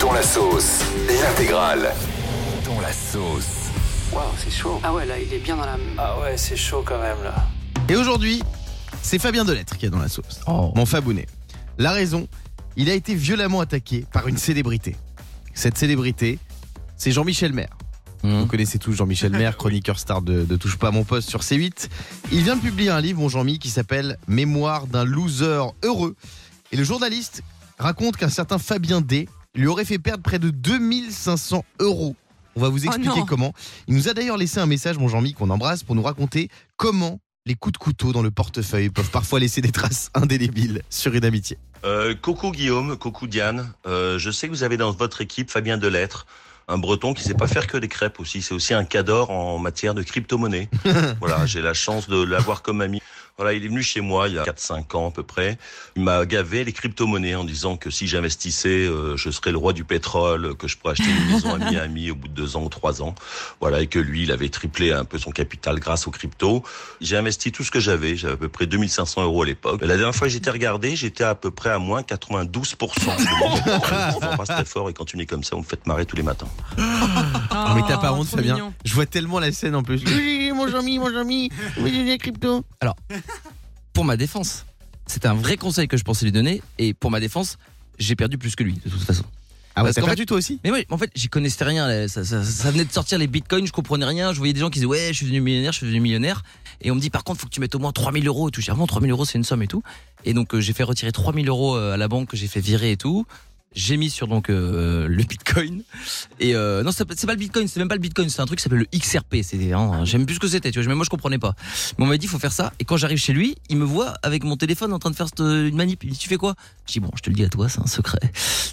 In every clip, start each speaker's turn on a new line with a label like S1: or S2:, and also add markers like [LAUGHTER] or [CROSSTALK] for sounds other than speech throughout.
S1: Dont la sauce. L'intégrale.
S2: Dont la sauce.
S3: Waouh, c'est chaud.
S4: Ah ouais, là, il est bien dans la.
S3: Ah ouais, c'est chaud quand même là.
S5: Et aujourd'hui, c'est Fabien Delettre qui est dans la sauce. Mon Fabounet. La raison, il a été violemment attaqué par une célébrité. Cette célébrité, c'est Jean-Michel Maire. Vous connaissez tous Jean-Michel Maire, chroniqueur star de, de Touche pas à mon poste sur C8. Il vient de publier un livre, mon Jean-Mi, qui s'appelle Mémoire d'un loser heureux. Et le journaliste raconte qu'un certain Fabien D lui aurait fait perdre près de 2500 euros. On va vous expliquer
S4: non.
S5: comment. Il nous a d'ailleurs laissé un message, mon Jean-Mi, qu'on embrasse, pour nous raconter comment les coups de couteau dans le portefeuille peuvent parfois laisser des traces indélébiles sur une amitié.
S6: Euh, coucou Guillaume, coucou Diane. Euh, je sais que vous avez dans votre équipe Fabien Delettre, un breton qui sait pas faire que des crêpes aussi. C'est aussi un cador en matière de crypto-monnaie. voilà, j'ai la chance de l'avoir comme ami. Voilà, il est venu chez moi il y a 4-5 ans à peu près. Il m'a gavé les crypto-monnaies en disant que si j'investissais, euh, je serais le roi du pétrole, que je pourrais acheter une maison à Miami au bout de 2 ans ou 3 ans. Voilà, et que lui, il avait triplé un peu son capital grâce aux cryptos. J'ai investi tout ce que j'avais. J'avais à peu près 2500 euros à l'époque. La dernière fois que j'étais regardé, j'étais à peu près à moins 92%. Je vous embrasse très fort et continuez comme ça, vous me faites marrer tous les matins.
S5: Ah, mais t'as pas
S4: Oh,
S5: honte,
S4: trop
S5: Fabien
S4: mignon.
S5: Je vois tellement la scène en plus. Oui, mon ami, mon ami, oui, les cryptos.
S2: Pour ma défense, c'était un vrai conseil que je pensais lui donner. Et pour ma défense, j'ai perdu plus que lui, de toute façon.
S5: Ah ouais,
S2: Parce
S5: t'as
S2: qu'en
S5: perdu toi aussi
S2: Mais moi, en fait, j'y connaissais rien. là. Ça, ça- ça venait de sortir les bitcoins, je comprenais rien. Je voyais des gens qui disaient Ouais, je suis devenu millionnaire, je suis devenu millionnaire. Et on me dit Par contre, faut que tu mettes au moins 3000 euros et tout. J'ai dit, Ah bon, 3000 euros, c'est une somme et tout. Et donc, euh, j'ai fait retirer 3000 euros euh, à la banque que j'ai fait virer et tout. J'ai mis sur donc euh, le bitcoin. Et euh, non, c'est pas c'est pas le bitcoin, c'est même pas le bitcoin, c'est un truc qui s'appelle le XRP. C'est des- hein, J'aime plus ce que c'était, tu vois. Même moi, je comprenais pas. Mais on m'a dit Faut faire ça. Et quand j'arrive chez lui, il me voit avec mon téléphone en train de faire cette- euh, une manip. Il me dit Tu fais quoi Je dis Bon, je te le dis à toi, c'est un secret.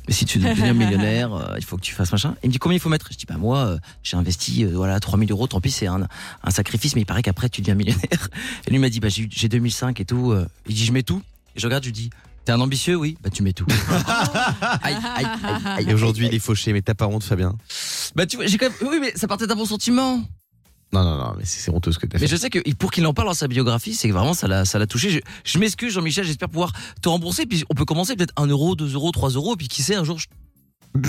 S2: Mais si tu veux devenir millionnaire, euh, il faut que tu fasses machin. Il me dit combien il faut mettre Je dis bah moi euh, j'ai investi euh, voilà 3000 euros, tant pis c'est un, un sacrifice, mais il paraît qu'après tu deviens millionnaire. [LAUGHS] Et lui m'a dit bah j'ai j'ai 2005 et tout. euh. il dit je mets tout. Et je regarde, je lui dis t'es un ambitieux oui Bah tu mets tout. aïe, aïe, aïe, aïe,
S5: Et aujourd'hui,
S2: aïe,
S5: il est fauché, mais t'as pas honte, Fabien
S2: aïe. bah tu vois j'ai quand même oui mais ça partait d'un bon sentiment.
S5: Non, non, non, mais c'est c'est honteux ce que t'as fait.
S2: Mais je sais que pour qu'il en parle dans sa biographie, c'est que vraiment ça l'a ça l'a touché. Je, je m'excuse Jean-Michel, j'espère pouvoir te rembourser. Puis on peut commencer peut-être 1 euro, 2 euros, 3 euros, puis qui sait un jour je-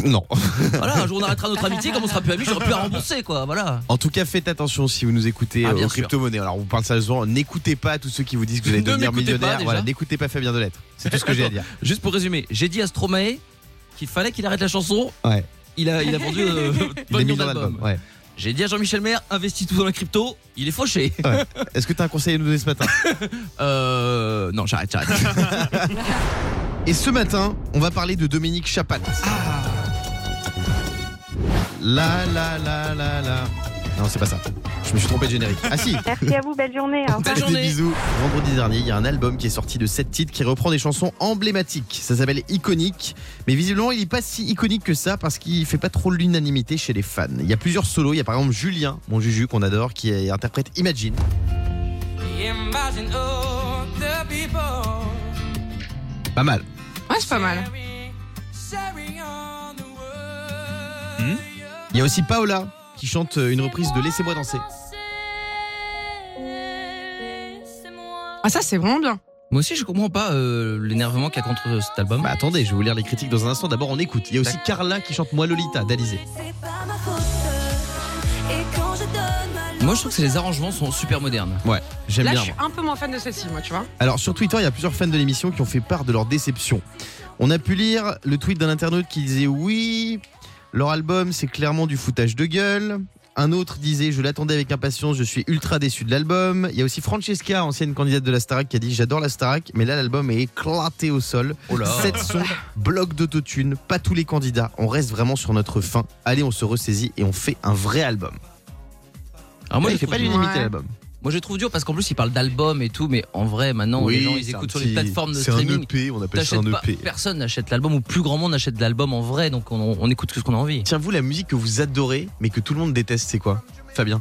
S5: Non.
S2: voilà un jour on arrêtera notre amitié, comme on sera plus amis, j'aurai plus à rembourser quoi voilà.
S5: En tout cas, faites attention si vous nous écoutez
S2: Ah,
S5: euh,
S2: bien
S5: aux
S2: sûr.
S5: crypto-monnaies. Alors, on parle sérieusement, n'écoutez pas tous ceux qui vous disent que vous allez
S2: Ne
S5: devenir
S2: m'écoutez pas,
S5: millionnaire.
S2: déjà.
S5: voilà, n'écoutez pas Fabien Delettre. C'est tout ce que j'ai à
S2: [LAUGHS]
S5: dire.
S2: Juste pour résumer, j'ai dit à Stromae qu'il fallait qu'il arrête la chanson.
S5: Ouais.
S2: Il a, il a
S5: [LAUGHS]
S2: vendu euh,
S5: Les
S2: 20 millions
S5: millions
S2: d'albums.
S5: d'albums. Ouais.
S2: J'ai dit à Jean-Michel Maire, investis tout dans la crypto, il est
S5: [LAUGHS]
S2: fauché.
S5: Est-ce que t'as un conseil à nous donner ce matin
S2: Euh. Non, j'arrête, j'arrête.
S5: [LAUGHS] Et ce matin, on va parler de Dominique Chapat. Ah. La la la la la. Non, c'est pas ça. Je me suis trompé de générique. Ah si,
S7: Merci à vous, belle journée.
S5: [LAUGHS]
S7: hein. Au revoir.
S2: Belle
S5: Des
S2: journée.
S5: bisous. Vendredi dernier, il y a un album qui est sorti de 7 titres qui reprend des chansons emblématiques. Ça s'appelle Iconique. Mais visiblement, il n'est pas si iconique que ça parce qu'il fait pas trop l'unanimité chez les fans. Il y a plusieurs solos. Il y a par exemple Julien, mon Juju, qu'on adore, qui est- interprète Imagine. Pas mal.
S4: Ouais, c'est pas mal.
S5: Il y a aussi Paola qui chante euh, une reprise de Laissez-moi danser.
S4: Ah, ça, c'est vraiment bien.
S2: Moi aussi, je comprends pas euh, l'énervement qu'il y a contre cet album.
S5: Bah attendez, je vais vous lire les critiques dans un instant. D'abord, on écoute. Il y a aussi Carla qui chante Moi Lolita d'Alizé.
S2: Moi, je trouve que les arrangements sont super modernes.
S5: Ouais, j'aime
S4: Là, je
S5: bien.
S4: suis un peu moins fan de celle-ci, moi, tu vois.
S5: Alors sur Twitter, il y a plusieurs fans de l'émission qui ont fait part de leur déception. On a pu lire le tweet d'un internaute qui disait oui, leur album c'est clairement du foutage de gueule. Un autre disait je l'attendais avec impatience, je suis ultra déçu de l'album. Il y a aussi Francesca, ancienne candidate de la Starac, qui a dit j'adore la Starac, mais là l'album est éclaté au sol.
S2: Oh là.
S5: 7 sons, bloc d'autotune, pas tous les candidats, on reste vraiment sur notre fin. Allez, on se ressaisit et on fait un vrai album.
S2: Alors moi,
S5: il
S2: je
S5: fait pas
S2: trouve,
S4: du-
S2: dur.
S5: l'unanimité
S4: Ouais.
S5: l'album.
S2: moi, je trouve dur parce qu'en plus, il parle d'albums et tout, mais en vrai, maintenant, les gens, ils
S5: c'est un
S2: écoutent sur
S5: petit-
S2: les plateformes de
S5: c'est un
S2: streaming.
S5: EP, on appelle ça
S2: T'achètes
S5: un E
S2: pas-
S5: EP.
S2: personne n'achète l'album ou plus grand monde n'achète de l'album en vrai, donc on, on écoute que ce qu'on a envie.
S5: Tiens, vous, la musique que vous adorez, mais que tout le monde déteste, c'est quoi Fabien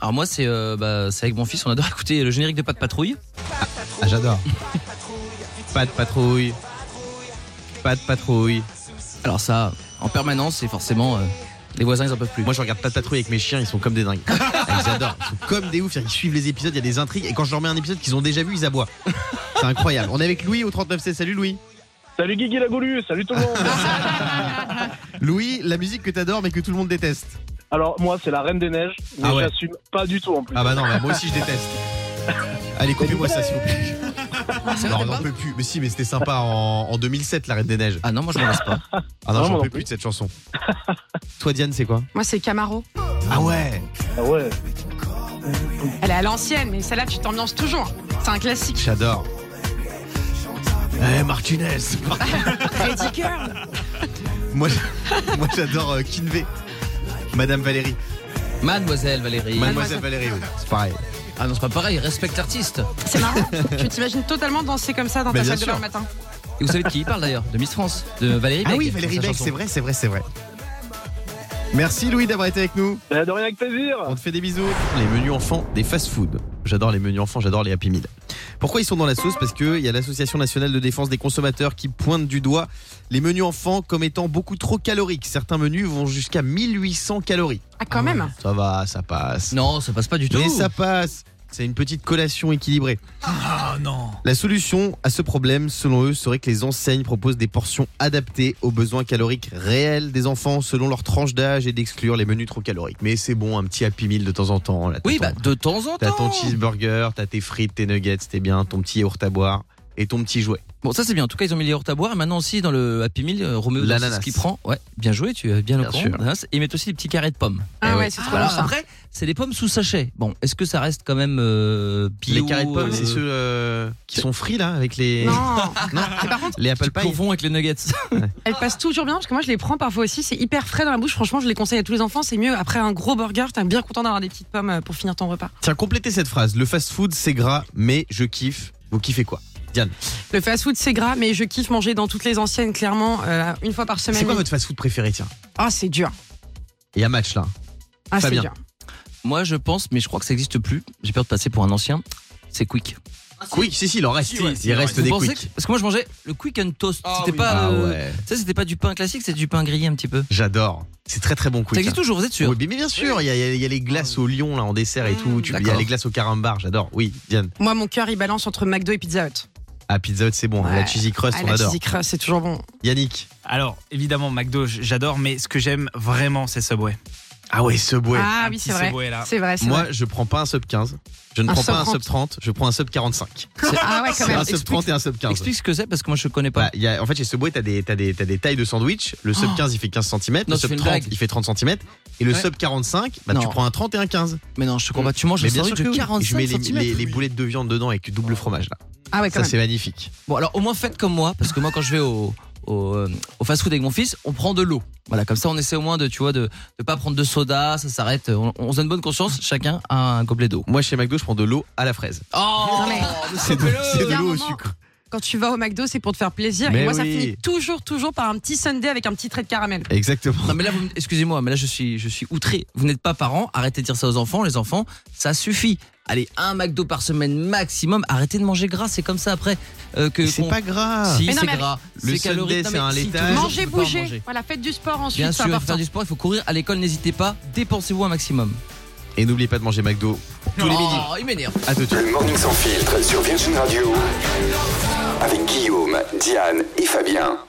S2: Alors moi c'est euh, bah, c'est avec mon fils on adore [LAUGHS] écouter le générique de Pas de patrouille.
S5: Ah, j'adore. [LAUGHS] pas de patrouille. Pas de patrouille.
S2: Alors ça en permanence et forcément euh, les voisins ils en peuvent plus.
S5: Moi, je regarde pas de patrouille avec mes chiens, ils sont comme des [LAUGHS] dingues. Ah, ils adorent. Ils sont comme des oufs. Ils suivent les épisodes, il y a des intrigues. Et quand je leur mets un épisode qu'ils ont déjà vu, ils aboient. C'est incroyable. On est avec Louis au 39C. Salut Louis.
S7: Salut Guigui Lagolu, salut tout le
S5: [LAUGHS]
S7: monde.
S5: Louis, la musique que t'adores mais que tout le monde déteste.
S7: Alors moi c'est la Reine des Neiges, mais
S5: Ah ouais.
S7: j'assume pas du tout en plus.
S5: Ah bah non, bah, moi aussi je déteste. Allez, coupez-moi ça s'il vous plaît. Alors, on n'en peut plus. Mais si, mais c'était sympa en, en 2007, la Reine des Neiges.
S2: Ah non, moi je m'en lasse
S5: [LAUGHS]
S2: pas.
S5: Ah non,
S7: Non,
S5: j'en
S7: moi
S5: peux
S7: non
S5: plus de cette chanson. Toi, Diane, c'est quoi
S4: Moi, c'est Camaro.
S5: Ah ouais
S7: Ah ouais.
S4: Elle est à l'ancienne, mais celle-là, tu t'ambiances toujours. C'est un classique.
S5: J'adore. Eh, Martinez [LAUGHS]
S4: Ridicule.
S5: Moi, j'a- moi, j'adore euh, Kinvey. Madame Valérie.
S2: Mademoiselle Valérie.
S5: Mademoiselle Valérie, oui. C'est pareil.
S2: Ah non, c'est pas pareil, respecte l'artiste.
S4: C'est marrant. tu t'imagines totalement danser comme ça dans
S5: Mais
S4: ta
S5: bien
S4: salle de
S5: sûr.
S4: bain le matin.
S2: Et vous savez de qui il parle d'ailleurs De Miss France, de Valérie
S5: Ah
S2: Beck,
S5: oui, Valérie
S2: sa
S5: Beck,
S2: chanson.
S5: c'est vrai, c'est vrai, c'est vrai. Merci Louis d'avoir été avec nous.
S7: Bah, de rien avec plaisir.
S5: On te fait des bisous. Les menus enfants des fast-food. J'adore les menus enfants, j'adore les Happy Meal. Pourquoi ils sont dans la sauce Parce qu'il y a l'Association nationale de défense des consommateurs qui pointe du doigt les menus enfants comme étant beaucoup trop caloriques. Certains menus vont jusqu'à 1800 calories.
S4: Ah, quand même.
S5: Ça va, ça passe.
S2: Non, ça passe pas du tout.
S5: Mais ça passe. C'est une petite collation équilibrée. Ah non La solution à ce problème, selon eux, serait que les enseignes proposent des portions adaptées aux besoins caloriques réels des enfants selon leur tranche d'âge et d'exclure les menus trop caloriques. Mais c'est bon, un petit Happy Meal de temps en temps. là, t'as
S2: Oui,
S5: ton-
S2: bah de temps en
S5: T'as ton
S2: temps.
S5: cheeseburger, t'as tes frites, tes nuggets, t'es bien, ton petit yaourt à boire et ton petit jouet.
S2: Bon, ça c'est bien. En tout cas, ils ont mis les hortes à boire. Et maintenant aussi, dans le Happy Meal, euh, Roméo,
S5: L'ananas.
S2: c'est ce qu'il prend. Ouais, bien joué, tu es bien,
S5: Bien
S2: au courant.
S5: sûr.
S2: L'ananas. Et ils mettent aussi des petits carrés de pommes.
S4: Ah
S5: Eh
S4: ouais,
S5: oui.
S4: c'est trop
S2: Alors
S4: bon ça.
S2: après, c'est des pommes sous sachet. Bon, est-ce que ça reste quand même euh, bio
S5: les carrés de pommes,
S2: euh,
S5: c'est ceux euh, qui sont frits là, avec les,
S4: [LAUGHS] Non.
S5: Non.
S4: Et par contre,
S5: les apple
S2: qui
S5: pie.
S2: pourvont avec les nuggets.
S4: elles passent toujours bien parce que moi, je les prends parfois aussi. C'est hyper frais dans la bouche. Franchement, je les conseille à tous les enfants. C'est mieux après un gros burger. T'es bien content d'avoir des petites pommes euh, pour finir ton repas.
S5: Tiens, complétez cette phrase. Le fast-food, c'est gras, mais je kiffe. Vous kiffez quoi
S4: Le fast-food, c'est gras, mais je kiffe manger dans toutes les anciennes, clairement, euh, une fois par semaine.
S5: C'est quoi votre fast-food préféré, tiens
S4: Ah, c'est dur.
S5: Il y a match là.
S4: Ah, c'est
S5: Fabien.
S4: dur.
S2: [LAUGHS] Moi, je pense, mais je crois que ça n'existe plus. J'ai peur de passer pour un ancien. C'est quick.
S5: Oui, si, si, il en reste.
S8: Si, ouais,
S5: il
S8: si,
S5: reste
S2: Vous
S5: des
S2: pensez
S5: quicks.
S2: que- Parce que moi, je mangeais le quick and toast.
S8: Ah
S2: c'était
S8: oui.
S2: pas,
S5: Ah
S2: euh,
S5: ouais,
S2: ça, c'était pas du pain classique, c'était du pain grillé un petit peu.
S5: j'adore. C'est très très bon quick.
S2: ça existe
S5: hein.
S2: toujours, vous êtes sûr
S5: Oui, mais bien sûr, il y, a- il y a- il y a les glaces au lion là en dessert et tout. Tu- Il y a
S2: D'accord.
S5: les glaces au carambar, j'adore. Oui, Diane.
S4: Moi, mon cœur, il balance entre McDo et Pizza Hut.
S5: Ah, Pizza Hut, c'est bon. La
S4: Ouais.
S5: cheesy crust,
S4: Ah,
S5: on
S4: la
S5: adore.
S4: cheesy crust, c'est toujours bon.
S5: Yannick.
S8: Alors, évidemment, McDo, j- j'adore, mais ce que j'aime vraiment, c'est Subway.
S5: Ah ouais, Subway.
S4: ah
S8: Un
S4: oui,
S8: petit
S4: c'est vrai.
S8: Subway, là.
S4: C'est vrai, c'est
S5: Moi,
S4: vrai.
S5: je prends pas un sub 15. Je ne
S4: Un
S5: prends
S4: sub
S5: pas un
S4: 30.
S5: sub 30, je prends un sub 45.
S4: Ah ouais, quand
S5: C'est
S4: même.
S5: un sub 30 et un sub 15.
S2: Explique ce que c'est parce que moi, je connais pas.
S5: Bah, il y a- en fait, chez Subway, t'as des, t'as des, t'as des tailles de sandwich. Le sub
S2: Oh.
S5: 15, il fait 15 cm.
S2: Non,
S5: Le
S2: tu fais
S5: sub
S2: une
S5: 30,
S2: blague.
S5: il fait 30 cm. Et le
S2: Ouais.
S5: sub 45, bah, tu
S2: Non.
S5: prends un 30 et un 15.
S2: Mais non, je te comprends pas. Tu manges
S5: Mais
S2: un
S5: bien sûr
S2: sandwich
S5: Oh, que
S2: de
S5: oui.
S2: 45
S5: Je mets les,
S2: centimètres.
S5: les- les boulettes de viande dedans avec du double fromage. Là.
S4: Ah ouais, quand
S5: Ça,
S4: même.
S5: c'est magnifique.
S2: Bon, alors au moins faites comme moi, parce que moi quand je vais au, au, euh, au fast-food avec mon fils, on prend de l'eau. Voilà, comme ça on essaie au moins de, tu vois, de ne pas prendre de soda, ça s'arrête. On, on se donne bonne conscience, chacun a un gobelet d'eau.
S5: Moi, chez McDo, je prends de l'eau à la fraise.
S2: Oh,
S4: mais-
S5: C'est Ah, de, c'est de
S4: Il y a un
S5: l'eau au
S4: moment-
S5: sucre.
S4: Quand tu vas au McDo, c'est pour te faire plaisir.
S5: Mais
S4: et moi, ça
S5: oui.
S4: finit toujours, toujours par un petit sundae avec un petit trait de caramel.
S5: Exactement.
S2: Non mais là, vous me- excusez-moi, mais là je suis, je suis outré. Vous n'êtes pas parents, arrêtez de dire ça aux enfants. Les enfants, ça suffit. Allez, un McDo par semaine maximum. Arrêtez de manger gras, c'est comme ça après euh, que.
S5: C'est
S2: qu'on-
S5: pas gras.
S2: Si
S4: Mais non,
S2: c'est
S4: mais avec-
S2: gras,
S5: Le
S2: c'est calorique.
S5: Sunday, c'est un
S2: mais si, tous les
S5: laitage.
S2: jours,
S4: Mangez,
S2: on peut pas
S4: bougez.
S2: manger.
S4: Voilà, faites du sport ensuite.
S2: Bien
S4: c'est
S2: sûr, il faut
S4: important.
S2: faire du sport, il faut courir. À l'école, n'hésitez pas. Dépensez-vous un maximum.
S5: Et n'oubliez pas de manger McDo.
S2: Tous les midis. il m'énerve.
S5: À tout de suite.
S1: Le Morning Sans Filtre sur Virgin Radio avec Guillaume, Diane et Fabien.